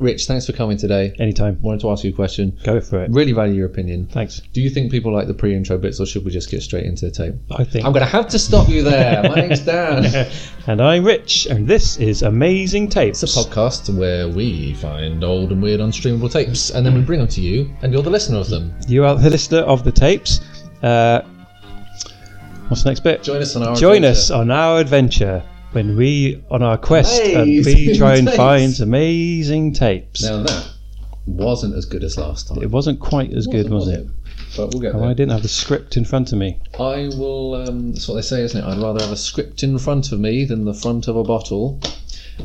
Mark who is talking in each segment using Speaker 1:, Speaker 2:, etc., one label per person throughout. Speaker 1: Rich, thanks for coming today.
Speaker 2: Anytime.
Speaker 1: Wanted to ask you a question.
Speaker 2: Go for it.
Speaker 1: Really value your opinion.
Speaker 2: Thanks.
Speaker 1: Do you think people like the pre-intro bits, or should we just get straight into the tape?
Speaker 2: I think.
Speaker 1: I'm going to have to stop you there. My name's Dan.
Speaker 2: and I'm Rich, and this is Amazing Tapes.
Speaker 1: It's a podcast where we find old and weird unstreamable tapes, and then we bring them to you, and you're the listener of them.
Speaker 2: You are the listener of the tapes. Uh, what's the next bit?
Speaker 1: Join us on our
Speaker 2: Join
Speaker 1: adventure.
Speaker 2: us on our adventure when we, on our quest, and we
Speaker 1: Amazing
Speaker 2: try and
Speaker 1: tapes.
Speaker 2: find amazing tapes.
Speaker 1: Now that wasn't as good as last time,
Speaker 2: It wasn't quite as good, was it?
Speaker 1: but we'll get
Speaker 2: Oh,
Speaker 1: there.
Speaker 2: I didn't have the script in front of me.
Speaker 1: I will. Um, that's what they say, isn't it? I'd rather have a script in front of me than the front of a bottle.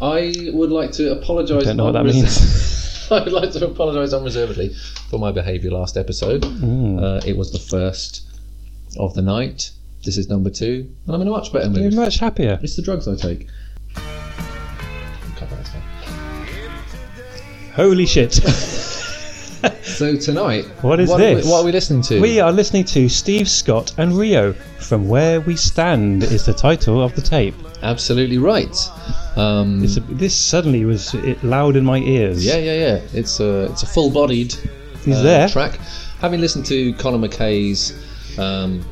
Speaker 1: I would like to apologise.
Speaker 2: Don't know what that
Speaker 1: unreser-
Speaker 2: means.
Speaker 1: I would like to apologise unreservedly for my behaviour last episode.
Speaker 2: Mm.
Speaker 1: Uh, it was the first of the night. This is number two, and I'm in a much better
Speaker 2: You're
Speaker 1: mood.
Speaker 2: much happier.
Speaker 1: It's the drugs I take. Copyright stuff.
Speaker 2: Holy shit.
Speaker 1: So tonight,
Speaker 2: What is
Speaker 1: what Are
Speaker 2: this?
Speaker 1: we, what are we listening to?
Speaker 2: We are listening to Steve Scott and Rio. From Where We Stand is the title of the tape.
Speaker 1: absolutely right. Um,
Speaker 2: It's a, this suddenly was it loud in my ears.
Speaker 1: yeah, yeah, yeah. It's a it's a full-bodied
Speaker 2: he's
Speaker 1: uh,
Speaker 2: there.
Speaker 1: track. Having listened to Conor McKay's um,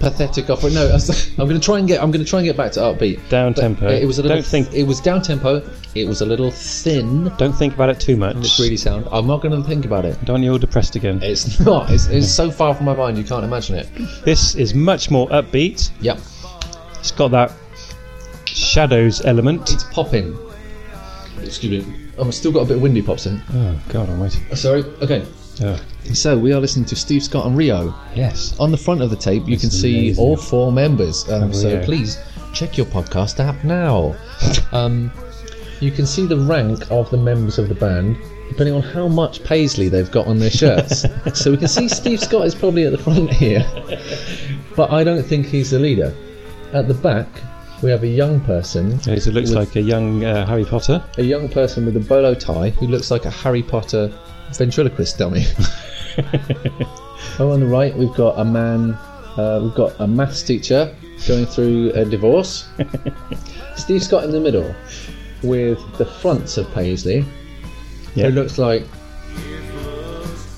Speaker 1: pathetic opera, no, I was- I'm going to try and get I'm going to try and get back to upbeat.
Speaker 2: Down
Speaker 1: But
Speaker 2: tempo.
Speaker 1: It was a little.
Speaker 2: Don't think.
Speaker 1: It was down tempo. It was a little thin.
Speaker 2: Don't think about it too much.
Speaker 1: It's really sound. I'm not going to think about it.
Speaker 2: Don't you all depressed again?
Speaker 1: It's not. It's, it's so far from my mind. You can't imagine it.
Speaker 2: This is much more upbeat.
Speaker 1: Yep.
Speaker 2: It's got that shadows element.
Speaker 1: It's popping. Excuse me. I'm still got a bit of windy pops in.
Speaker 2: Oh God Almighty.
Speaker 1: Sorry. Okay.
Speaker 2: Oh,
Speaker 1: So we are listening to Steve Scott and Rio.
Speaker 2: yes.
Speaker 1: On the front of the tape, you can see
Speaker 2: amazing. Oh,
Speaker 1: all four members. Um, so
Speaker 2: yeah.
Speaker 1: please check your podcast app now. um, you can see the rank of the members of the band depending on how much paisley they've got on their shirts. so we can see Steve Scott is probably at the front here, but I don't think he's the leader. At the back, we have a young person,
Speaker 2: Yes, It looks like a young uh, Harry Potter.
Speaker 1: a young person with a bolo tie who looks like a Harry Potter ventriloquist dummy. Oh, on the right, we've got a man, uh, we've got a maths teacher going through a divorce. Steve Scott in the middle with the fronts of Paisley,
Speaker 2: Yeah.
Speaker 1: who looks like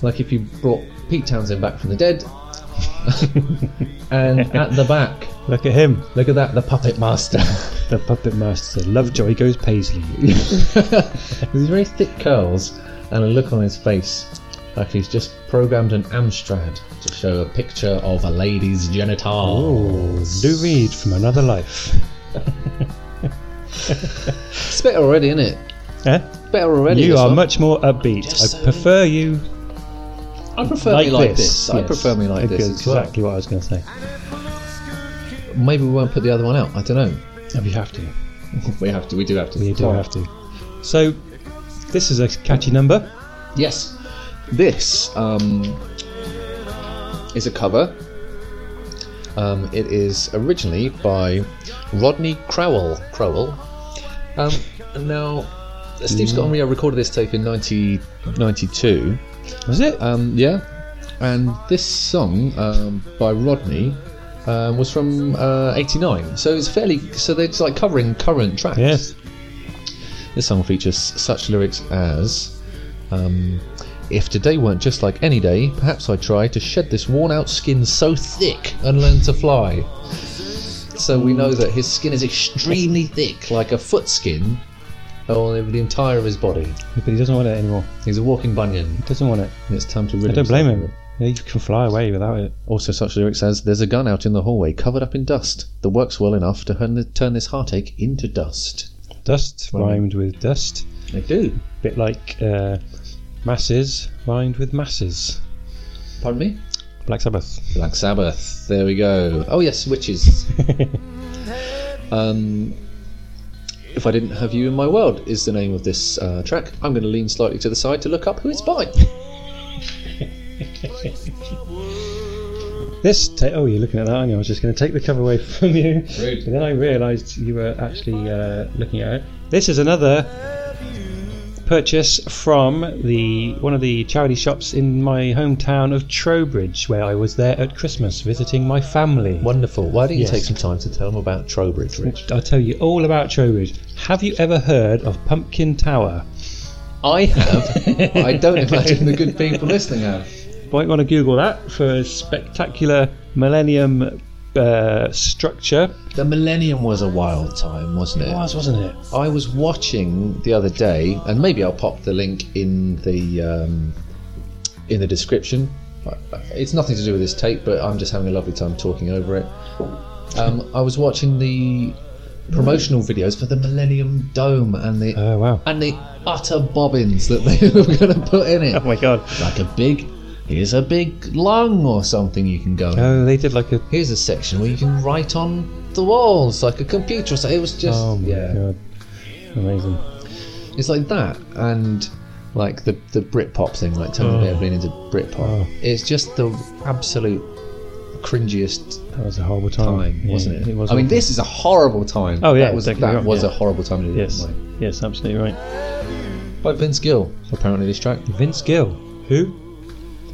Speaker 1: like if you brought Pete Townsend back from the dead. and at the back,
Speaker 2: Look at him,
Speaker 1: look at that, the puppet master.
Speaker 2: the puppet master. Lovejoy goes Paisley.
Speaker 1: with his very thick curls and a look on his face like he's just programmed an Amstrad to show a picture of a lady's genitals.
Speaker 2: Lou Reed from Another Life.
Speaker 1: It's better already, isn't it?
Speaker 2: Eh?
Speaker 1: Better already.
Speaker 2: You
Speaker 1: this
Speaker 2: are
Speaker 1: one.
Speaker 2: much more upbeat.
Speaker 1: Just so-
Speaker 2: I prefer you
Speaker 1: I prefer
Speaker 2: like,
Speaker 1: me like this.
Speaker 2: this.
Speaker 1: I
Speaker 2: Yes.
Speaker 1: prefer me like
Speaker 2: Okay,
Speaker 1: this. As well.
Speaker 2: Exactly what I was going to say.
Speaker 1: Maybe we won't put the other one out. I don't know.
Speaker 2: If you have to.
Speaker 1: We have to. We do have to.
Speaker 2: You do have to. So, this is a catchy number.
Speaker 1: Yes. This um, is a cover. Um, it is originally by Rodney Crowell. Crowell. Um, and now, Steve Scott and Rio recorded this tape in 1992.
Speaker 2: Was it?
Speaker 1: Um, yeah. And this song um, by Rodney um, was from uh, '89, so it's fairly. So they're just like covering current tracks.
Speaker 2: yes.
Speaker 1: This song features such lyrics as um, If today weren't just like any day, perhaps I'd try to shed this worn out skin so thick and learn to fly. So we know that his skin is extremely thick, like a foot skin on the entire of his body.
Speaker 2: But he doesn't want it anymore.
Speaker 1: He's a walking bunyan.
Speaker 2: He doesn't want it.
Speaker 1: and It's time to rid
Speaker 2: I don't
Speaker 1: himself
Speaker 2: blame
Speaker 1: of
Speaker 2: him. He can fly away without it.
Speaker 1: Also, such lyrics as There's a gun out in the hallway covered up in dust that works well enough to turn th- turn this heartache into dust.
Speaker 2: Dust
Speaker 1: Well,
Speaker 2: rhymed with dust.
Speaker 1: They do.
Speaker 2: Bit like uh, masses rhymed with masses.
Speaker 1: Pardon me?
Speaker 2: Black Sabbath.
Speaker 1: Black Sabbath. There we go. Oh yes, witches. um, if I didn't have you in my world is the name of this uh, track. I'm going to lean slightly to the side to look up who it's by.
Speaker 2: This. Ta- oh, you're looking at that, aren't you? I was just going to take the cover away from you.
Speaker 1: Rude.
Speaker 2: But then I realised you were actually uh, looking at it. This is another purchase from the one of the charity shops in my hometown of Trowbridge, where I was there at Christmas visiting my family.
Speaker 1: Wonderful. Why don't you
Speaker 2: Yes.
Speaker 1: take some time to tell them about Trowbridge, Rich?
Speaker 2: I'll tell you all about Trowbridge. Have you ever heard of Pumpkin Tower?
Speaker 1: I have. I don't imagine the good people listening have.
Speaker 2: Might want to Google that for a spectacular Millennium uh, structure.
Speaker 1: The Millennium was a wild time, wasn't it?
Speaker 2: It was, wasn't it?
Speaker 1: I was watching the other day, and maybe I'll pop the link in the um, in the description. It's nothing to do with this tape, but I'm just having a lovely time talking over it. Um, I was watching the promotional videos for the Millennium Dome and the
Speaker 2: Oh wow!
Speaker 1: and the utter bobbins that they were going to put in
Speaker 2: Oh
Speaker 1: it,
Speaker 2: my god!
Speaker 1: like a big. Here's a big lung or something you can go. in.
Speaker 2: Oh, they did like a.
Speaker 1: Here's a section where you can write on the walls like a computer. So it was just
Speaker 2: Oh my
Speaker 1: yeah.
Speaker 2: god! Amazing.
Speaker 1: It's like that, and like the the Britpop thing. Like Tony
Speaker 2: Oh.
Speaker 1: may have been into Britpop.
Speaker 2: Oh.
Speaker 1: It's just the absolute cringiest
Speaker 2: That was a horrible time,
Speaker 1: time,
Speaker 2: Yeah,
Speaker 1: wasn't it?
Speaker 2: It was.
Speaker 1: I mean,
Speaker 2: awful.
Speaker 1: this is a horrible time.
Speaker 2: Oh, yeah,
Speaker 1: that was
Speaker 2: don't get me
Speaker 1: that
Speaker 2: wrong,
Speaker 1: was
Speaker 2: yeah.
Speaker 1: a horrible time to do
Speaker 2: Yes.
Speaker 1: it.
Speaker 2: Yes, absolutely right.
Speaker 1: By Vince Gill, apparently this track.
Speaker 2: Vince Gill, who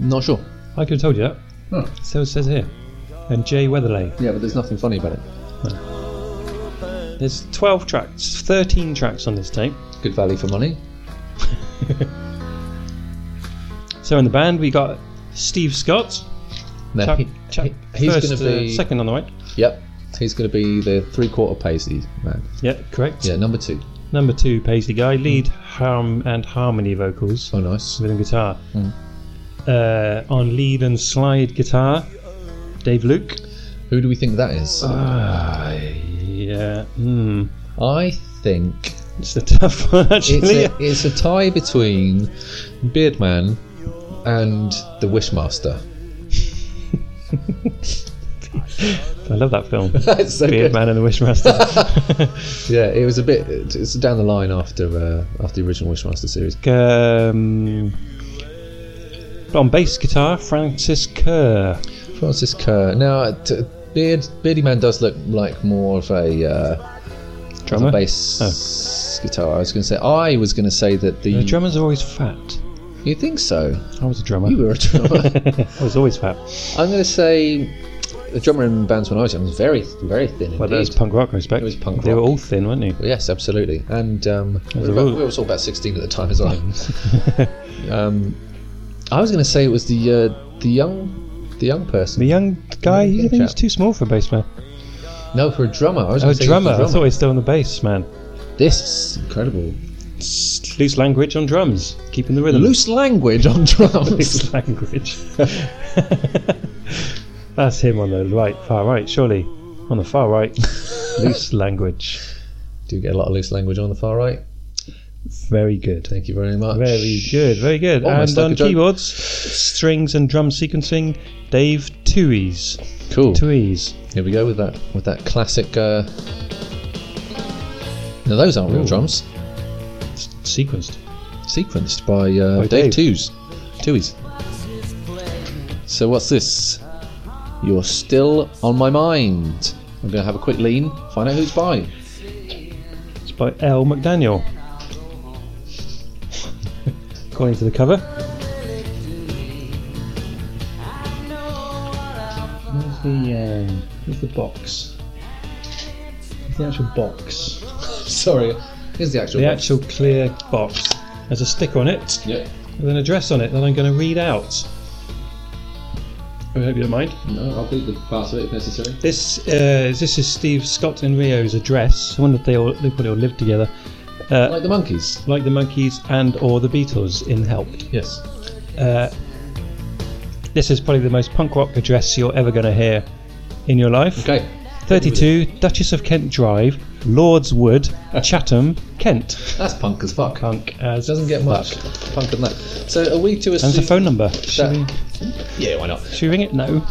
Speaker 1: Not sure.
Speaker 2: I could have told you that.
Speaker 1: Huh.
Speaker 2: So it says here. And Jay Weatherly.
Speaker 1: Yeah, but there's nothing funny about it.
Speaker 2: There's 12 tracks, 13 tracks on this tape.
Speaker 1: Good value for money.
Speaker 2: So in the band we got Steve Scott,
Speaker 1: No,
Speaker 2: chap,
Speaker 1: he-
Speaker 2: chap,
Speaker 1: he- he's
Speaker 2: first,
Speaker 1: going to
Speaker 2: uh,
Speaker 1: be
Speaker 2: second on the right.
Speaker 1: Yep, he's going to be the three-quarter paisley man.
Speaker 2: Yeah, correct.
Speaker 1: Yeah, number two.
Speaker 2: Number two, Paisley Guy, lead harm and harmony vocals
Speaker 1: Oh, nice.
Speaker 2: rhythm guitar. Uh, on lead and slide guitar, Dave Luke.
Speaker 1: Who do we think that is?
Speaker 2: Uh, yeah, hmm,
Speaker 1: I think
Speaker 2: it's a tough one
Speaker 1: It's
Speaker 2: actually.
Speaker 1: a, it's a tie between Beardman and the Wishmaster.
Speaker 2: I love that film,
Speaker 1: That's so good.
Speaker 2: Beard Man and the Wishmaster.
Speaker 1: Yeah, it was a bit. It's down the line after uh, after the original Wishmaster series.
Speaker 2: um, on bass guitar, Francis Kerr.
Speaker 1: Francis Kerr. Now, t- Beard Beardy Man does look like more of a uh,
Speaker 2: Drummer. Oh.
Speaker 1: bass guitar. I was going to say. I was going to say that the.
Speaker 2: The drummers are always fat.
Speaker 1: you think so?
Speaker 2: I was a drummer.
Speaker 1: You were a drummer.
Speaker 2: I was always fat.
Speaker 1: I'm going to say the drummer in bands when I was young was very very thin.
Speaker 2: Well, that was
Speaker 1: indeed.
Speaker 2: punk rock, I expect.
Speaker 1: It was punk
Speaker 2: They were
Speaker 1: rock.
Speaker 2: all thin, weren't they?
Speaker 1: Yes, absolutely. And um, we, were
Speaker 2: a
Speaker 1: about,
Speaker 2: rule.
Speaker 1: we were all about 16 at the time as well. um, I was going to say it was the uh, the young the young person.
Speaker 2: The young guy,
Speaker 1: Yeah,
Speaker 2: you think he's
Speaker 1: chap.
Speaker 2: too small for a bass man.
Speaker 1: no, for a drummer. I was
Speaker 2: Oh,
Speaker 1: gonna say
Speaker 2: drummer.
Speaker 1: For
Speaker 2: I
Speaker 1: a
Speaker 2: thought he was still on the bass, man.
Speaker 1: This is incredible.
Speaker 2: It's loose language on drums, keeping the rhythm.
Speaker 1: Loose language on drums.
Speaker 2: Loose language. That's him on the right, far right, surely. On the far right, loose language.
Speaker 1: Do get a lot of loose language on the far right.
Speaker 2: Very good.
Speaker 1: Thank you very much.
Speaker 2: Very good, very good.
Speaker 1: Almost
Speaker 2: and
Speaker 1: like
Speaker 2: on
Speaker 1: a joke.
Speaker 2: keyboards, strings and drum sequencing, Dave Tuies.
Speaker 1: Cool.
Speaker 2: Tuies.
Speaker 1: Here we go with that with that classic. Uh... Now those aren't real
Speaker 2: Ooh.
Speaker 1: drums.
Speaker 2: Sequenced.
Speaker 1: sequenced by uh,
Speaker 2: By
Speaker 1: Dave,
Speaker 2: Dave.
Speaker 1: Two's. Two's. So what's this? You're still on my mind. I'm going to have a quick lean, find out who's by.
Speaker 2: It's by L. McDaniel. According to the cover. Where's the, um, where's the box? Where's the actual box?
Speaker 1: Sorry, here's the actual.
Speaker 2: The actual clear box. There's a sticker on it
Speaker 1: Yeah.
Speaker 2: with an address on it that I'm going to read out. I hope you don't mind.
Speaker 1: No, I'll keep the parts of it if necessary.
Speaker 2: This uh, this is Steve Scott and Rio's address. I wonder if they all they probably all live together. Uh,
Speaker 1: Like the monkeys.
Speaker 2: like the monkeys and or the beatles in help
Speaker 1: Yes.
Speaker 2: uh, this is probably the most punk rock address you're ever going to hear in your life
Speaker 1: Okay.
Speaker 2: 32 duchess of kent drive lord's wood chatham kent
Speaker 1: That's punk as fuck.
Speaker 2: punk Uh, as
Speaker 1: Doesn't get much punk than that. So are we to
Speaker 2: and
Speaker 1: assume?
Speaker 2: the phone number should we,
Speaker 1: Yeah, why not?
Speaker 2: should we ring it no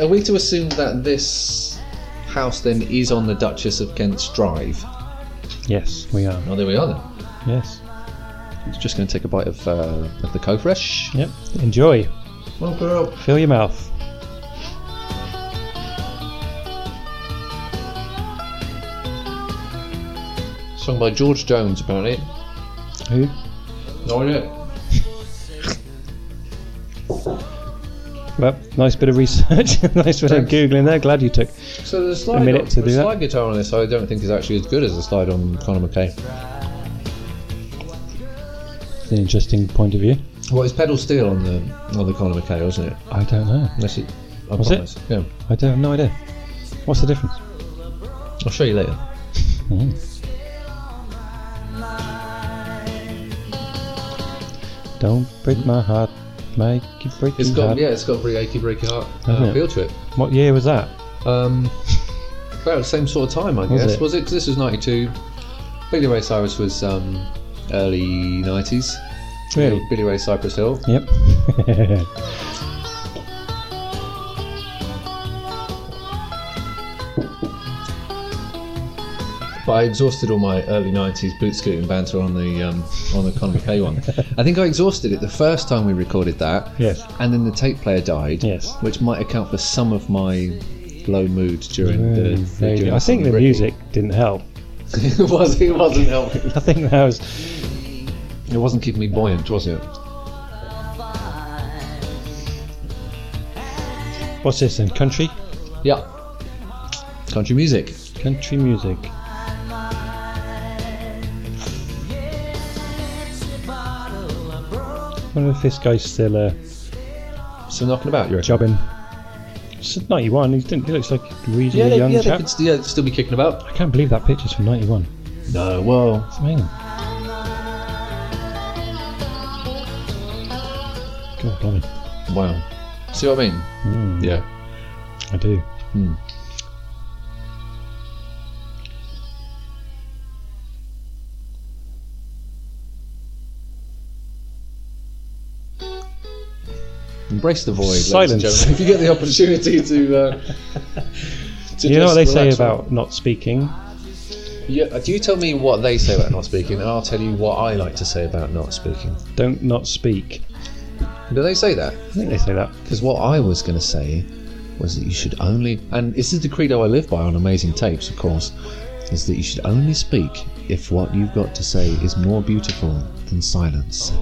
Speaker 1: Are we to assume that this house then is on the Duchess of Kent's Drive?
Speaker 2: yes we are
Speaker 1: Oh, there we are then.
Speaker 2: yes
Speaker 1: Just going to take a bite of, uh, of the co-fresh.
Speaker 2: yep enjoy
Speaker 1: Well, girl.
Speaker 2: fill your mouth
Speaker 1: Sung by George Jones, apparently.
Speaker 2: who
Speaker 1: No idea.
Speaker 2: well, nice bit of research. nice bit of
Speaker 1: Thanks.
Speaker 2: googling there. Glad you took.
Speaker 1: So the slide,
Speaker 2: minute
Speaker 1: on,
Speaker 2: to
Speaker 1: the
Speaker 2: do that.
Speaker 1: slide guitar on this, I don't think is actually as good as the slide on Conor McKay.
Speaker 2: It's an interesting point of view.
Speaker 1: Well, it's pedal steel on the on the Conor McKay, isn't it?
Speaker 2: I don't know.
Speaker 1: Unless it, I
Speaker 2: Was it?
Speaker 1: promise. Yeah,
Speaker 2: I don't have no idea. What's the difference?
Speaker 1: I'll show you later.
Speaker 2: Don't break my heart, make it break
Speaker 1: It's
Speaker 2: your
Speaker 1: got
Speaker 2: heart.
Speaker 1: yeah, it's got a very achy, breaky heart uh,
Speaker 2: Hasn't it?
Speaker 1: feel to it.
Speaker 2: What year was that?
Speaker 1: Um, about the same sort of time, I
Speaker 2: Was
Speaker 1: guess.
Speaker 2: it?
Speaker 1: Was it? Because this was '92. Billy Ray Cyrus was um, early '90s.
Speaker 2: Really?
Speaker 1: Billy Ray Cypress Hill.
Speaker 2: Yep.
Speaker 1: But I exhausted all my early '90s boot scooting banter on the um, on the Conor McKay one. I think I exhausted it the first time we recorded that.
Speaker 2: Yes.
Speaker 1: And then the tape player died.
Speaker 2: Yes.
Speaker 1: Which might account for some of my low mood during the.
Speaker 2: Mm, there you
Speaker 1: during
Speaker 2: go. I think the
Speaker 1: Ricky.
Speaker 2: music didn't help.
Speaker 1: it was. It wasn't helping.
Speaker 2: I think that was.
Speaker 1: It wasn't keeping me buoyant, was it?
Speaker 2: What's this then? Country?
Speaker 1: Yeah. Country music.
Speaker 2: Country music. wonder if this guy's still uh,
Speaker 1: So knocking about, you reckon?
Speaker 2: jobbing. It's 91, he, didn't, he looks like a reasonably young
Speaker 1: yeah,
Speaker 2: chap.
Speaker 1: they could st- yeah, they'd still be kicking about.
Speaker 2: I can't believe that picture's from 91.
Speaker 1: No, well,
Speaker 2: It's amazing. God, blimey.
Speaker 1: wow. See what I mean?
Speaker 2: Mm,
Speaker 1: Yeah.
Speaker 2: I do.
Speaker 1: Hmm. Embrace the void, ladies and
Speaker 2: Silence.
Speaker 1: gentlemen. If you get the opportunity to, uh, to
Speaker 2: you know what they
Speaker 1: just
Speaker 2: say
Speaker 1: relax-
Speaker 2: about not speaking?
Speaker 1: Yeah, do you tell me what they say about not speaking, and I'll tell you what I like to say about not speaking.
Speaker 2: Don't not speak.
Speaker 1: Do they say that?
Speaker 2: I think they say that.
Speaker 1: Because what I was going to say was that you should only, and this is the credo I live by on amazing tapes, of course, is that you should only speak if what you've got to say is more beautiful than silence.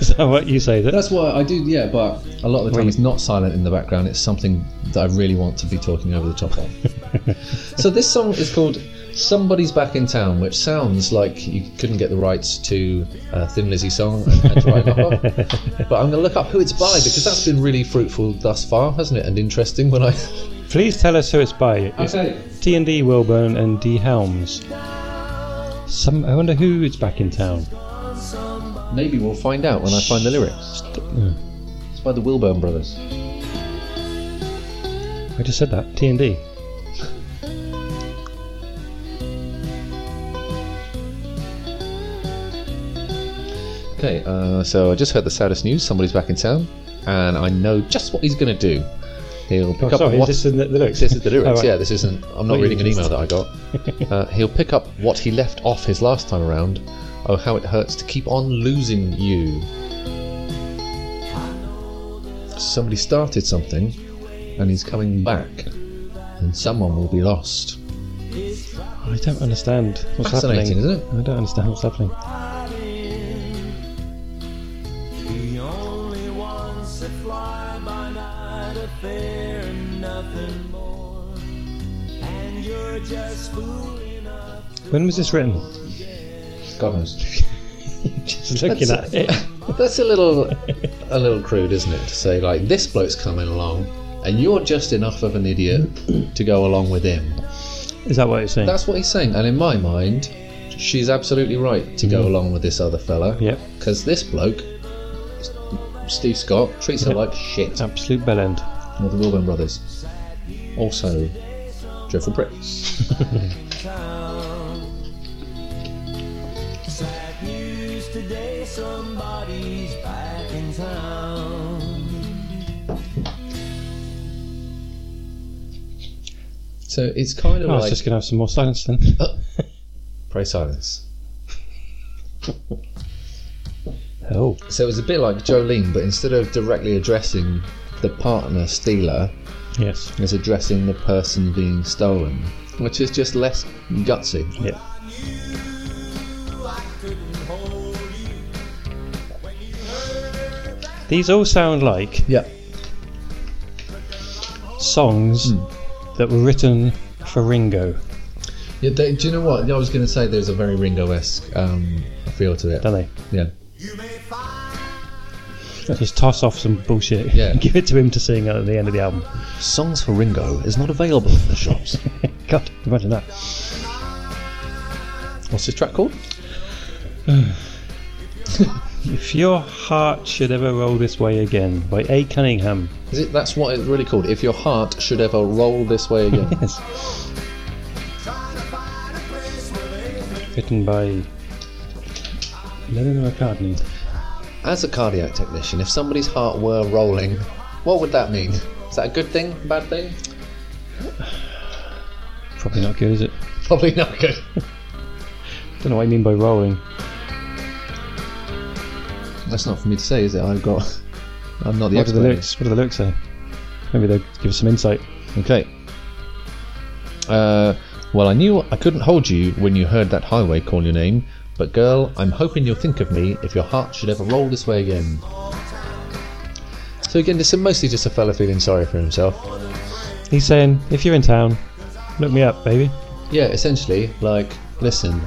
Speaker 2: Is that what you say? Is it?
Speaker 1: That's why I do, yeah, but a lot of the time
Speaker 2: Wait.
Speaker 1: it's not silent in the background, it's something that I really want to be talking over the top of. so this song is called Somebody's Back in Town, which sounds like you couldn't get the rights to a Thin Lizzy song and had to write that off. But I'm going to look up who it's by because that's been really fruitful thus far, hasn't it? And interesting when I.
Speaker 2: Please tell us who it's by. It's
Speaker 1: Okay.
Speaker 2: T and D Wilburn and D Helms. Some I wonder who is back in town.
Speaker 1: Maybe we'll find out when I find the lyrics. It's by the Wilburn Brothers.
Speaker 2: I just said that. T and D.
Speaker 1: Okay, uh, so I just heard the saddest news. Somebody's back in town, and I know just what he's going to do. He'll pick
Speaker 2: Oh,
Speaker 1: up.
Speaker 2: sorry,
Speaker 1: what-
Speaker 2: this is the, the lyrics.
Speaker 1: This is the lyrics.
Speaker 2: Oh, right.
Speaker 1: Yeah, this isn't. I'm not
Speaker 2: you
Speaker 1: reading an
Speaker 2: just-
Speaker 1: email that I got. Uh, he'll pick up what he left off his last time around. Oh, how it hurts to keep on losing you. Somebody started something, and he's coming back, and someone will be lost.
Speaker 2: I don't understand what's
Speaker 1: Fascinating,
Speaker 2: happening.
Speaker 1: isn't it?
Speaker 2: I don't understand what's happening.
Speaker 3: The only ones that fly by night are fair and nothing more. And you're just fooling us.
Speaker 2: When was this written?
Speaker 1: God knows.
Speaker 2: Just looking
Speaker 1: That's-
Speaker 2: at it.
Speaker 1: That's a little, a little crude, isn't it? To say like this bloke's coming along, and you're just enough of an idiot to go along with him.
Speaker 2: Is that what it's saying?
Speaker 1: That's what he's saying, and in my mind, she's absolutely right to go along with this other fella.
Speaker 2: Mm. Yep.
Speaker 1: Because this bloke, S- Steve Scott, treats her
Speaker 2: Yep.
Speaker 1: like shit.
Speaker 2: Absolute bell end.
Speaker 1: Or the Wilburn brothers. Also, dreadful pricks.
Speaker 3: Sad news today, somebody's back in town.
Speaker 1: So it's kind of
Speaker 2: I was
Speaker 1: like
Speaker 2: Oh, just gonna have some more silence then.
Speaker 1: pray silence.
Speaker 2: Oh,
Speaker 1: So it was a bit like Jolene, but instead of directly addressing the partner stealer,
Speaker 2: yes.
Speaker 1: is addressing the person being stolen, which is just less gutsy.
Speaker 2: Yeah. These all sound like
Speaker 1: Yeah.
Speaker 2: songs that were written for Ringo,
Speaker 1: Yeah, they, do you know what? I was going to say there's a very Ringo-esque um, feel to it.
Speaker 2: don't they?
Speaker 1: Yeah.
Speaker 3: You may find
Speaker 2: Just toss off some bullshit.
Speaker 1: Yeah.
Speaker 2: Give it to him to sing at the end of the album.
Speaker 1: Songs for Ringo is not available in the shops.
Speaker 2: God, imagine that.
Speaker 1: What's this track called?
Speaker 2: If your heart should ever roll this way again by A. Cunningham.
Speaker 1: Is it? That's what it's really called. If your heart should ever roll this way again.
Speaker 2: Yes. Written by Lennon McCartney.
Speaker 1: As a cardiac technician, if somebody's heart were rolling, what would that mean? Is that a good thing? Bad thing?
Speaker 2: Probably not good, is it?
Speaker 1: Probably not good.
Speaker 2: Don't know what I mean by rolling.
Speaker 1: That's not for me to say, is it? I've got. I'm not the
Speaker 2: What do the
Speaker 1: expert.
Speaker 2: lyrics? What do the lyrics say? Maybe they'll give us some insight.
Speaker 1: Okay. Uh, well, I knew I couldn't hold you when you heard that highway call your name, but girl, I'm hoping you'll think of me if your heart should ever roll this way again. So again, this is mostly just a fella feeling sorry for himself.
Speaker 2: He's saying, if you're in town, look me up, baby.
Speaker 1: Yeah, essentially, like, listen,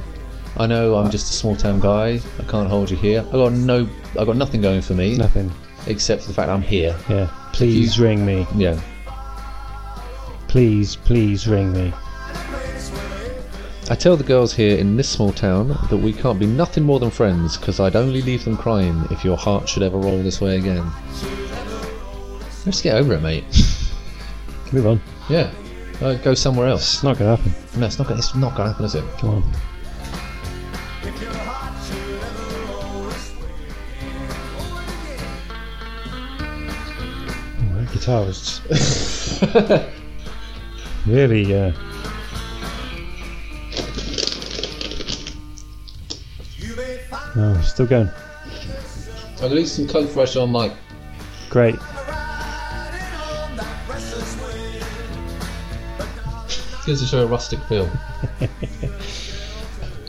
Speaker 1: I know I'm just a small town guy. I can't hold you here. I got no, I got nothing going for me
Speaker 2: Nothing.
Speaker 1: except for the fact I'm here.
Speaker 2: Yeah. Please ring me.
Speaker 1: Yeah,
Speaker 2: Please, please ring me.
Speaker 1: I tell the girls here in this small town that we can't be nothing more than friends, because I'd only leave them crying if your heart should ever roll this way again. Let's get over it, mate.
Speaker 2: Move on.
Speaker 1: Yeah. Uh, go somewhere else.
Speaker 2: It's not gonna happen.
Speaker 1: No, it's not gonna, it's not gonna happen, is it?
Speaker 2: Come on. Oh, that guitar was really uh,
Speaker 3: you may find
Speaker 2: no, still going.
Speaker 1: At least some coke fresh on, like,
Speaker 2: Great.
Speaker 3: riding on that restless wind.
Speaker 1: gives the show a rustic feel.
Speaker 2: I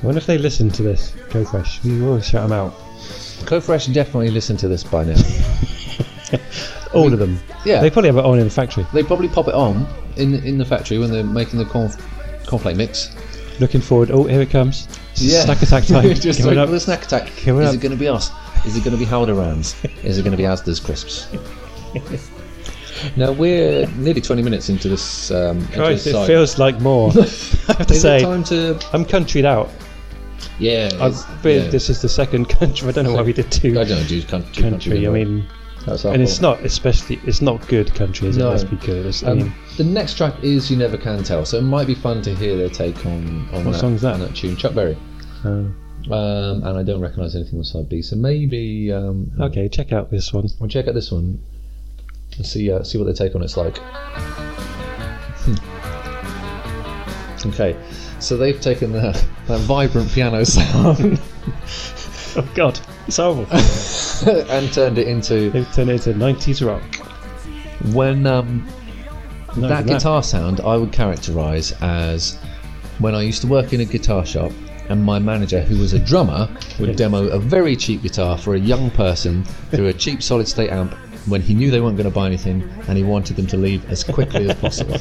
Speaker 2: wonder if they listen to this. Go fresh. We will shout them out.
Speaker 1: Coke fresh definitely listen to this by now.
Speaker 2: All of them.
Speaker 1: Yeah.
Speaker 2: They probably have it on in the factory.
Speaker 1: They probably pop it on in in the factory when they're making the corn cornflake mix.
Speaker 2: Looking forward. Oh, here it comes. Snack attack time.
Speaker 1: Just
Speaker 2: Coming
Speaker 1: wait
Speaker 2: up.
Speaker 1: for the snack attack.
Speaker 2: Coming
Speaker 1: Is
Speaker 2: up.
Speaker 1: it going to be us? Is it going to be Haldorans? Is it going to be Asda's crisps? now we're nearly 20 minutes into this. Um, into
Speaker 2: Christ,
Speaker 1: this
Speaker 2: it
Speaker 1: side.
Speaker 2: feels like more. I have to
Speaker 1: Is it
Speaker 2: say,
Speaker 1: time to?
Speaker 2: I'm countryed out.
Speaker 1: Yeah,
Speaker 2: I've
Speaker 1: it's-
Speaker 2: been,
Speaker 1: yeah.
Speaker 2: This is the second country. I don't know why we did two
Speaker 1: I don't know, dude. Country.
Speaker 2: country. I mean,
Speaker 1: that's our
Speaker 2: and it's
Speaker 1: fault.
Speaker 2: not especially. It's not good country, is it?
Speaker 1: No.
Speaker 2: Let's be good. It's, I
Speaker 1: Um,
Speaker 2: mean,
Speaker 1: the next track is "You Never Can Tell," so it might be fun to hear their take on on
Speaker 2: What
Speaker 1: that,
Speaker 2: song's that?
Speaker 1: on that tune, Chuck Berry.
Speaker 2: uh,
Speaker 1: Um, and I don't recognise anything on side B, so maybe um,
Speaker 2: uh, okay, check out this one.
Speaker 1: Well, check out this one and see uh, see what their take on it's like. Hmm. okay, so they've taken that that vibrant piano sound
Speaker 2: Oh God, it's horrible.
Speaker 1: and turned it into
Speaker 2: They've turned it into '90s rock.
Speaker 1: when um,
Speaker 2: No,
Speaker 1: that
Speaker 2: no.
Speaker 1: guitar sound I would characterise as when I used to work in a guitar shop. And my manager, who was a drummer, would demo a very cheap guitar for a young person through a cheap solid state amp when he knew they weren't going to buy anything and he wanted them to leave as quickly as possible.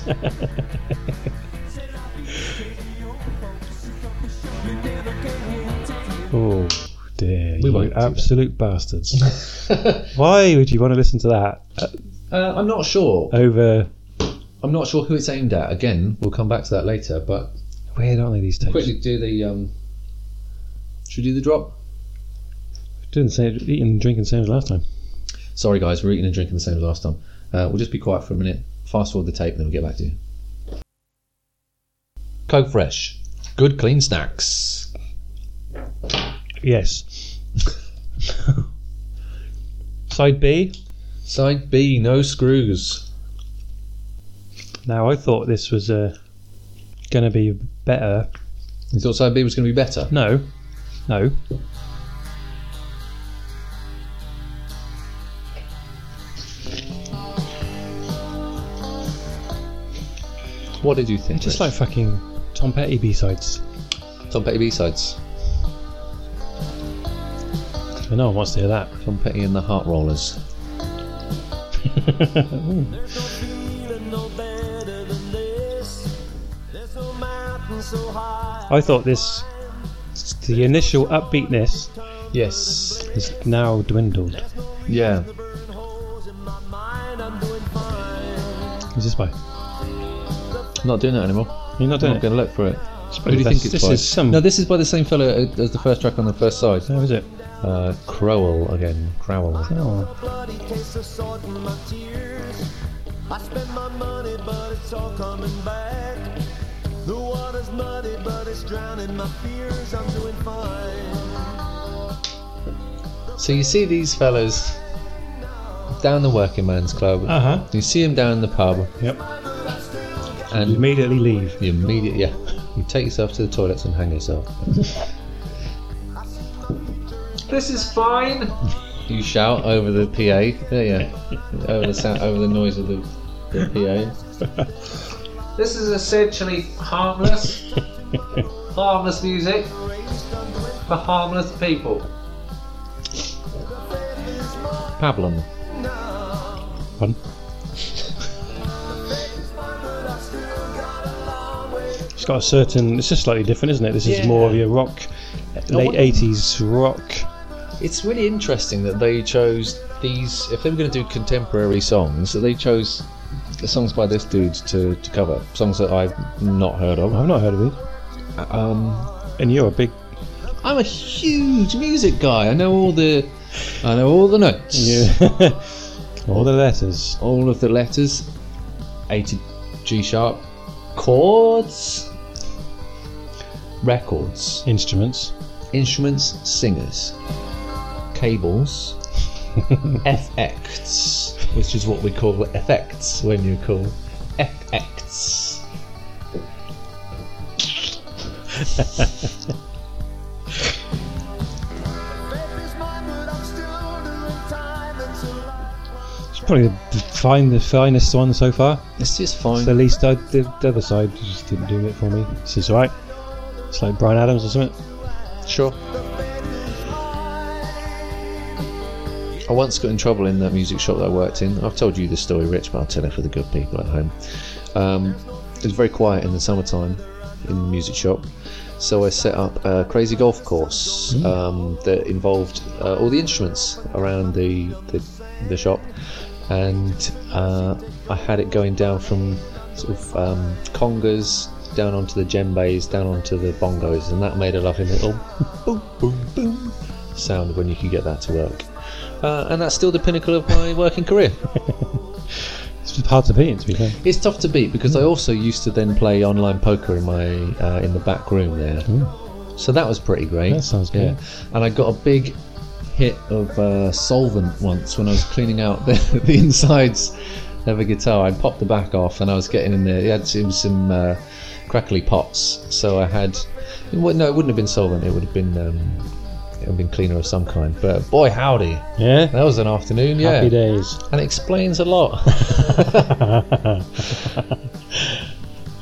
Speaker 2: Oh dear,
Speaker 1: We
Speaker 2: you
Speaker 1: won't do that.
Speaker 2: absolute bastards. Why would you want to listen to that
Speaker 1: Uh, I'm not sure.
Speaker 2: over?
Speaker 1: I'm not sure who it's aimed at. Again, we'll come back to that later. But
Speaker 2: Weird, aren't they these days?
Speaker 1: quickly do the. Um, should we do the drop?
Speaker 2: Didn't say eating, and drinking same as last time.
Speaker 1: Sorry, guys, we're eating and drinking the same as last time. Uh, we'll just be quiet for a minute. Fast forward the tape, and then we'll get back to you. Coke Fresh, good clean snacks.
Speaker 2: Yes. Side B.
Speaker 1: Side B, no screws.
Speaker 2: Now I thought this was uh, going to be better.
Speaker 1: You thought side B was going to be better?
Speaker 2: No, no.
Speaker 1: What did you think?
Speaker 2: Just like
Speaker 1: Rich?
Speaker 2: fucking Tom Petty B sides.
Speaker 1: Tom Petty B sides.
Speaker 2: No one wants to hear that.
Speaker 1: Tom Petty and the Heart Rollers.
Speaker 3: There's no feeling no better than this. There's no mountain so high.
Speaker 2: I thought this, the initial upbeatness,
Speaker 1: Yes.
Speaker 2: has now dwindled.
Speaker 1: Yeah.
Speaker 2: Is this by?
Speaker 1: Not doing that anymore.
Speaker 2: You're not
Speaker 1: I'm
Speaker 2: doing
Speaker 1: not going
Speaker 2: it.
Speaker 1: to look for it.
Speaker 2: Who
Speaker 1: Who do you think it's
Speaker 2: this
Speaker 1: by?
Speaker 2: is some.
Speaker 1: No, this is by the same fella as the first track on the first side.
Speaker 2: How Oh, is it?
Speaker 1: Uh, Crowell again. Crowell.
Speaker 2: Oh,
Speaker 3: bloody case of salt in my tears. I spent my money, but it's all coming back. The water's muddy, but it's drowning my fears. I'm doing fine.
Speaker 1: So you see these fellas down the working man's club.
Speaker 2: uh huh.
Speaker 1: You see them down in the pub,
Speaker 2: Yep.
Speaker 1: and
Speaker 2: Immediately leave.
Speaker 1: you immediately yeah, you take yourself to the toilets and hang yourself. this is fine. You shout over the PA. Yeah, yeah, over the sound, over the noise of the, the PA. this is essentially harmless, harmless music for harmless people. Pablum.
Speaker 2: Pardon? It's got a certain. It's just slightly different, isn't it? This
Speaker 1: Yeah.
Speaker 2: is more of your rock, late
Speaker 1: wonder-
Speaker 2: eighties rock.
Speaker 1: It's really interesting that they chose these. If they were going to do contemporary songs, that they chose the songs by this dude to, to cover songs that I've not heard of.
Speaker 2: I've not heard of it.
Speaker 1: Um,
Speaker 2: And you're a big.
Speaker 1: I'm a huge music guy. I know all the, I know all the notes,
Speaker 2: You, all the letters.
Speaker 1: all of the letters, A to G sharp, chords, records,
Speaker 2: Instruments.
Speaker 1: instruments, singers, cables, effects, which is what we call effects when you call effects.
Speaker 3: Faith is mine, but I'm still doing time until I
Speaker 2: It's probably the fine, the finest one so far.
Speaker 1: It's just
Speaker 2: It's
Speaker 1: fine.
Speaker 2: the least I, the, the other side just didn't do it for me. This is alright. It's like Brian Adams or something.
Speaker 1: sure. I once got in trouble in that music shop that I worked in. I've told you this story, Rich, but I'll tell it for the good people at home. Um, it was very quiet in the summertime in the music shop, so I set up a crazy golf course um, that involved uh, all the instruments around the the, the shop, and uh, I had it going down from sort of um, congas down onto the djembes, down onto the bongos, and that made a lovely little boom boom boom sound when you could get that to work. Uh, and that's still the pinnacle of my working career.
Speaker 2: It's just hard to beat, to be fair.
Speaker 1: It's tough to beat because I also used to then play online poker in my uh, in the back room there. So that was pretty great.
Speaker 2: Hmm. That sounds
Speaker 1: Yeah,
Speaker 2: good.
Speaker 1: and I got a big hit of uh, solvent once when I was cleaning out the, the insides of a guitar. I popped the back off and I was getting in there. It had some, some uh, crackly pots, so I had. It, wa- no, it wouldn't have been solvent. It would have been. Um, it would have been cleaner of some kind, but boy howdy,
Speaker 2: Yeah.
Speaker 1: that was an afternoon, yeah,
Speaker 2: Happy days.
Speaker 1: and it explains a lot.
Speaker 2: That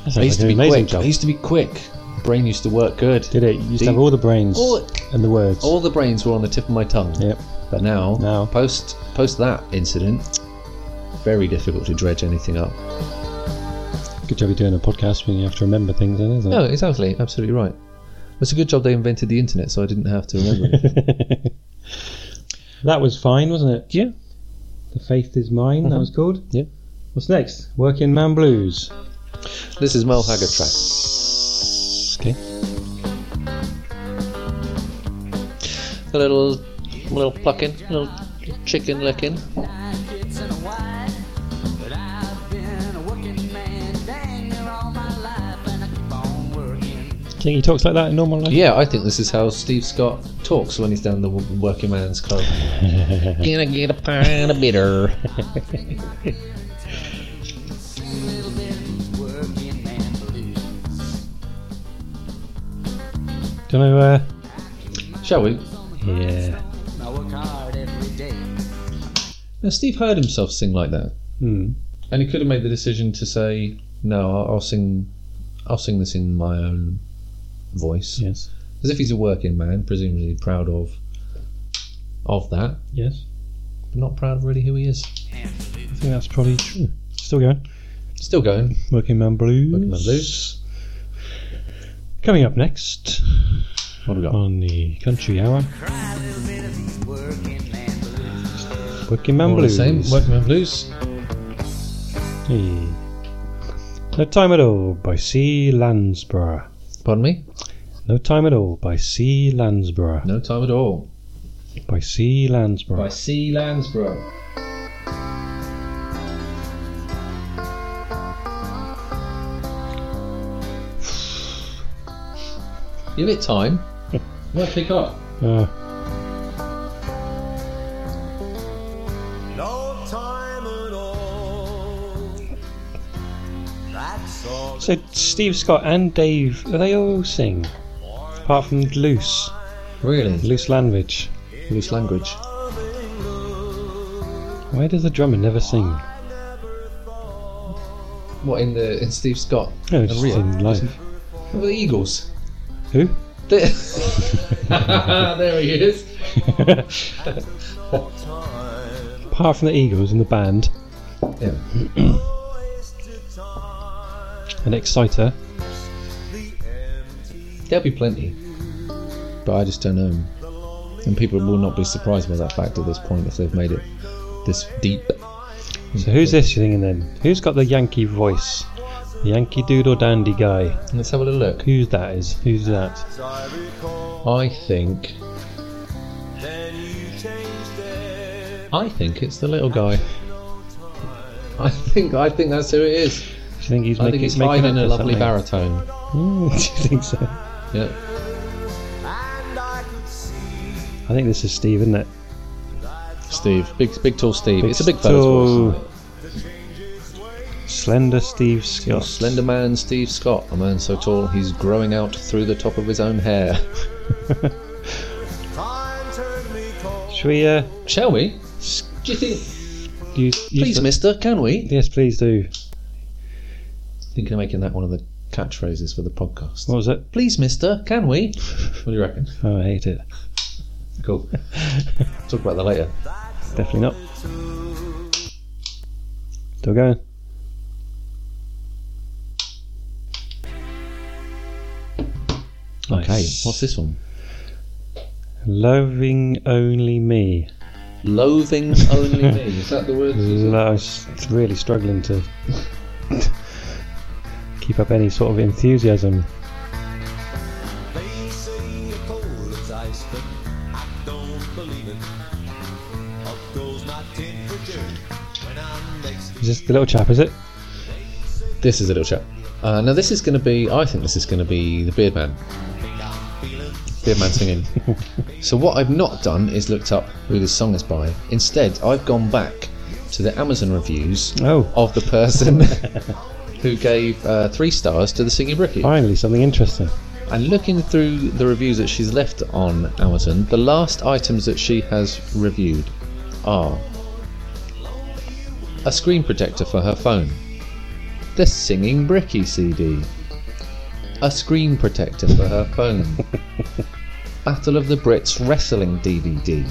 Speaker 2: sounds
Speaker 1: I used
Speaker 2: like
Speaker 1: to be
Speaker 2: an amazing
Speaker 1: quick.
Speaker 2: job.
Speaker 1: I used to be quick. Brain used to work good.
Speaker 2: Did it? You used
Speaker 1: Do
Speaker 2: to have
Speaker 1: you-
Speaker 2: all the brains
Speaker 1: All-
Speaker 2: and the words.
Speaker 1: All the brains were on the tip of my tongue.
Speaker 2: Yep.
Speaker 1: But now,
Speaker 2: Now.
Speaker 1: post post that incident, very difficult to dredge anything up.
Speaker 2: Good job you're doing a podcast when you have to remember things, then, isn't
Speaker 1: No,
Speaker 2: it?
Speaker 1: exactly, absolutely right. It's a good job they invented the internet, so I didn't have to remember it.
Speaker 2: that was fine, wasn't it? Yeah. The Faith is Mine, that was called.
Speaker 1: Mm-hmm. Yeah.
Speaker 2: What's next? Working Man Blues.
Speaker 1: This is Mel Haggard track.
Speaker 2: Okay.
Speaker 1: A little, little plucking, little chicken licking.
Speaker 4: kids and a wife. But I've been a working man, dang near all my life, and I keep on working.
Speaker 2: Think he talks like that in normal life?
Speaker 1: Yeah, I think this is how Steve Scott talks when he's down the w- working man's club. Gonna get a pint of bitter.
Speaker 4: Sing a little bit of working man blues.
Speaker 2: Don't know, uh,
Speaker 1: Shall we?
Speaker 2: yeah.
Speaker 4: I work hard every day.
Speaker 1: Now, Steve heard himself sing like that.
Speaker 2: Hmm.
Speaker 1: and he could have made the decision to say no I'll, I'll sing I'll sing this in my own voice
Speaker 2: Yes.
Speaker 1: as if he's a working man presumably proud of of that
Speaker 2: Yes.
Speaker 1: but not proud of really who he is
Speaker 2: I think that's probably
Speaker 1: Hmm.
Speaker 2: true. Still going.
Speaker 1: still going
Speaker 2: Working Man Blues.
Speaker 1: Working Man Blues.
Speaker 2: Coming up next
Speaker 1: what have we got
Speaker 2: on the Country Hour.
Speaker 4: Cry, little
Speaker 2: Working Man
Speaker 1: All the
Speaker 2: Blues.
Speaker 1: same, Working Man Blues.
Speaker 2: Hey. No Time at All by C. Landsborough.
Speaker 1: Pardon me.
Speaker 2: No Time at All by C. Landsborough.
Speaker 1: No time at all.
Speaker 2: By C. Landsborough.
Speaker 1: By C. Lansborough. Give it time. Might pick up.
Speaker 2: Uh,
Speaker 3: No time at all. That's all.
Speaker 2: so Steve Scott and Dave, they all sing, apart from Loose,
Speaker 1: Really?
Speaker 2: Loose Lanvage.
Speaker 1: Loose language.
Speaker 2: Why does the drummer never sing?
Speaker 1: What in the in Steve Scott?
Speaker 2: No, just
Speaker 1: Really?
Speaker 2: in life.
Speaker 1: What were the Eagles?
Speaker 2: Who?
Speaker 1: There, there he is.
Speaker 2: Apart from the Eagles and the band
Speaker 1: Yeah.
Speaker 2: and Exciter,
Speaker 1: There'll be plenty. But I just don't know. And people will not be surprised by that fact at this point if they've made it this deep.
Speaker 2: So
Speaker 1: Hmm.
Speaker 2: who's this you're thinking then? Who's got the Yankee voice? The Yankee doodle dandy guy.
Speaker 1: Let's have a little look.
Speaker 2: Who's that is? Who's that?
Speaker 3: I recall.
Speaker 1: I think
Speaker 3: Then you changed it.
Speaker 1: I think it's the little guy. I think I think that's who it is.
Speaker 2: Do you think he's
Speaker 1: I
Speaker 2: making,
Speaker 1: think it's
Speaker 2: making
Speaker 1: hiding
Speaker 2: up
Speaker 1: in a
Speaker 2: for
Speaker 1: lovely
Speaker 2: something?
Speaker 1: baritone.
Speaker 2: Hmm, do you think so?
Speaker 1: Yeah.
Speaker 3: And I could see.
Speaker 2: I think this is Steve, isn't it?
Speaker 1: Steve. Big big tall Steve.
Speaker 2: Big
Speaker 1: it's a big fella's
Speaker 2: tall-
Speaker 1: voice. isn't it?
Speaker 2: Slender Steve
Speaker 1: Little
Speaker 2: Scott.
Speaker 1: Slender man Steve Scott, a man so tall he's growing out through the top of his own hair.
Speaker 3: Time turned me cold.
Speaker 2: Should we uh,
Speaker 1: Shall we? Do you think
Speaker 2: use, use
Speaker 1: Please,
Speaker 2: the-
Speaker 1: mister, can we?
Speaker 2: Yes, please do.
Speaker 1: Thinking of making that one of the catchphrases for the podcast.
Speaker 2: What was it?
Speaker 1: Please, mister, can we? What do you reckon?
Speaker 2: Oh, I hate it.
Speaker 1: Cool. Talk about that later.
Speaker 2: Definitely not. Still going.
Speaker 1: Okay,
Speaker 2: Nice.
Speaker 1: what's this one?
Speaker 2: Loving only me.
Speaker 1: Loathing only me. Is that the word?
Speaker 2: Lo- I was really struggling to keep up any sort of enthusiasm.
Speaker 3: They say you're cold as ice, but I don't believe it. Up goes my temperature when I'm next to
Speaker 2: Is this the little chap? Is it?
Speaker 1: This is a little chat. Uh, now, this is going to be, I think this is going to be the Beard Man. Beard Man singing. so, what I've not done is looked up who this song is by. Instead, I've gone back to the Amazon reviews
Speaker 2: Oh,
Speaker 1: of the person who gave uh, three stars to the Singing Brickie.
Speaker 2: finally something interesting.
Speaker 1: And looking through the reviews that she's left on Amazon, the last items that she has reviewed are a screen protector for her phone, the Singing Bricky CD, a screen protector for her phone, Battle of the Brits Wrestling DVD,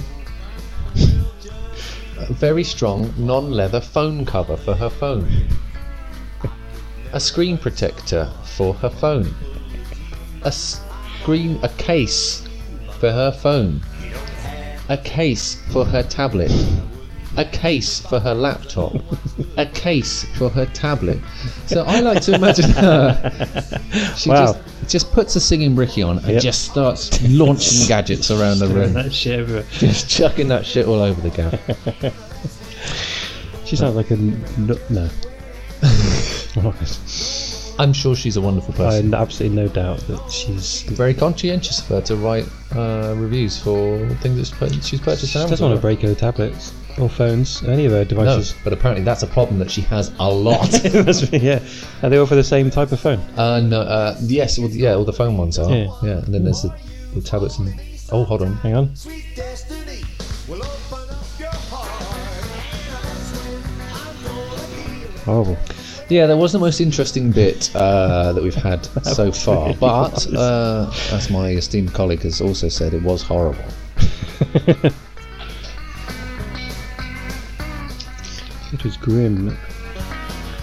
Speaker 1: a very strong non leather phone cover for her phone, a screen protector for her phone a screen a case for her phone a case for her tablet a case for her laptop a case for her tablet so i like to imagine her she
Speaker 2: Wow.
Speaker 1: just, just puts a singing bricky on and
Speaker 2: Yep.
Speaker 1: just starts launching gadgets around the room
Speaker 2: That shit everywhere.
Speaker 1: just chucking that shit all over the gaff
Speaker 2: She sounds like a n- n- no.
Speaker 1: i'm sure she's a wonderful
Speaker 2: Oh, I
Speaker 1: person
Speaker 2: have absolutely no doubt that she's.
Speaker 1: very conscientious of her to write uh, reviews for things that she's pur- she's purchased
Speaker 2: She
Speaker 1: on
Speaker 2: doesn't
Speaker 1: Amazon.
Speaker 2: want to break her tablets or phones, any of her
Speaker 1: no,
Speaker 2: devices.
Speaker 1: but apparently that's a problem that she has a lot
Speaker 2: it must be, yeah. Are they all for the same type of phone?
Speaker 1: Uh, no, uh, yes, well, yeah, all the phone ones are.
Speaker 2: Yeah.
Speaker 1: Yeah, and then there's the, the tablets and. Oh, hold on.
Speaker 2: Hang on.
Speaker 3: sweet destiny. Will open up your heart.
Speaker 2: Horrible.
Speaker 1: Yeah, that was the most interesting bit uh, that we've had so far. But uh, as my esteemed colleague has also said, it was horrible.
Speaker 2: It was grim.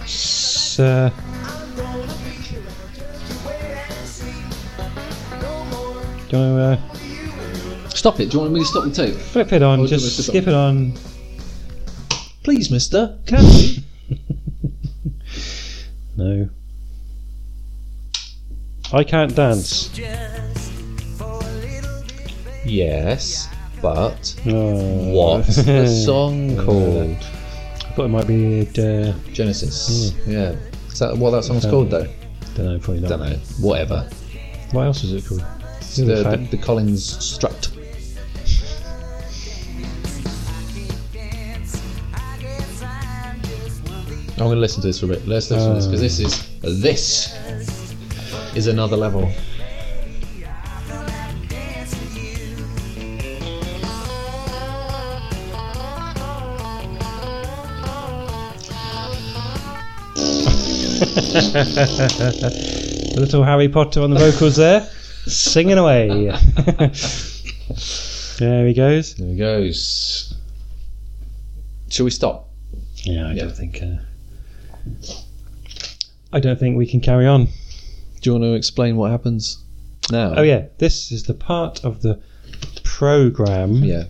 Speaker 2: Sir. Do you want to uh,
Speaker 1: Stop it. Do you want me to stop the tape?
Speaker 2: flip it on?
Speaker 1: Oh, do you want me to
Speaker 2: just
Speaker 1: stop?
Speaker 2: skip it on.
Speaker 1: Please, mister, can we?
Speaker 2: No. I can't dance.
Speaker 4: Just for a little bit, baby.
Speaker 1: yes, but
Speaker 2: Oh.
Speaker 1: what's the song called?
Speaker 2: I thought it might be. Uh,
Speaker 1: Genesis.
Speaker 2: Hmm.
Speaker 1: Yeah. Is that what that song's
Speaker 2: Um,
Speaker 1: called, though?
Speaker 2: don't know, probably not.
Speaker 1: Don't know. Whatever.
Speaker 2: What else is it called?
Speaker 1: It's the,
Speaker 2: fact.
Speaker 1: the, the Collins strut.
Speaker 4: dance. I guess I'm just one of these
Speaker 1: I'm going to listen to this for a bit. Let's listen to this because this is this is another level.
Speaker 4: dancing you.
Speaker 2: A little Harry Potter on the vocals there, singing away. there he goes.
Speaker 1: There he goes. Shall we stop?
Speaker 2: Yeah, I
Speaker 1: Yeah.
Speaker 2: don't think. Uh, I don't think we can carry on.
Speaker 1: Do you want to explain what happens now?
Speaker 2: Oh yeah, this is the part of the program.
Speaker 1: Yeah.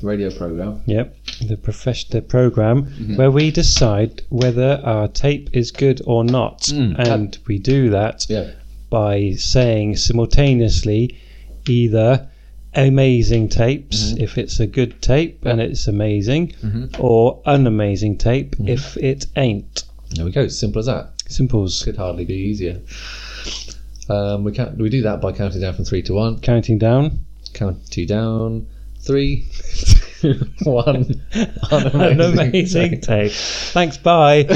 Speaker 1: Radio program.
Speaker 2: Yep, the profession, the program
Speaker 1: Mm-hmm.
Speaker 2: where we decide whether our tape is good or not,
Speaker 1: Mm.
Speaker 2: and we do that
Speaker 1: Yeah.
Speaker 2: by saying simultaneously either amazing tapes if it's a good tape and it's amazing, or unamazing tape if it ain't.
Speaker 1: There we go. Simple as that.
Speaker 2: Simples.
Speaker 1: Could hardly be easier. Um, we count. We do that by counting down from three to one.
Speaker 2: Counting down.
Speaker 1: Count two down. Three, one.
Speaker 2: An amazing tape. Thanks. Bye.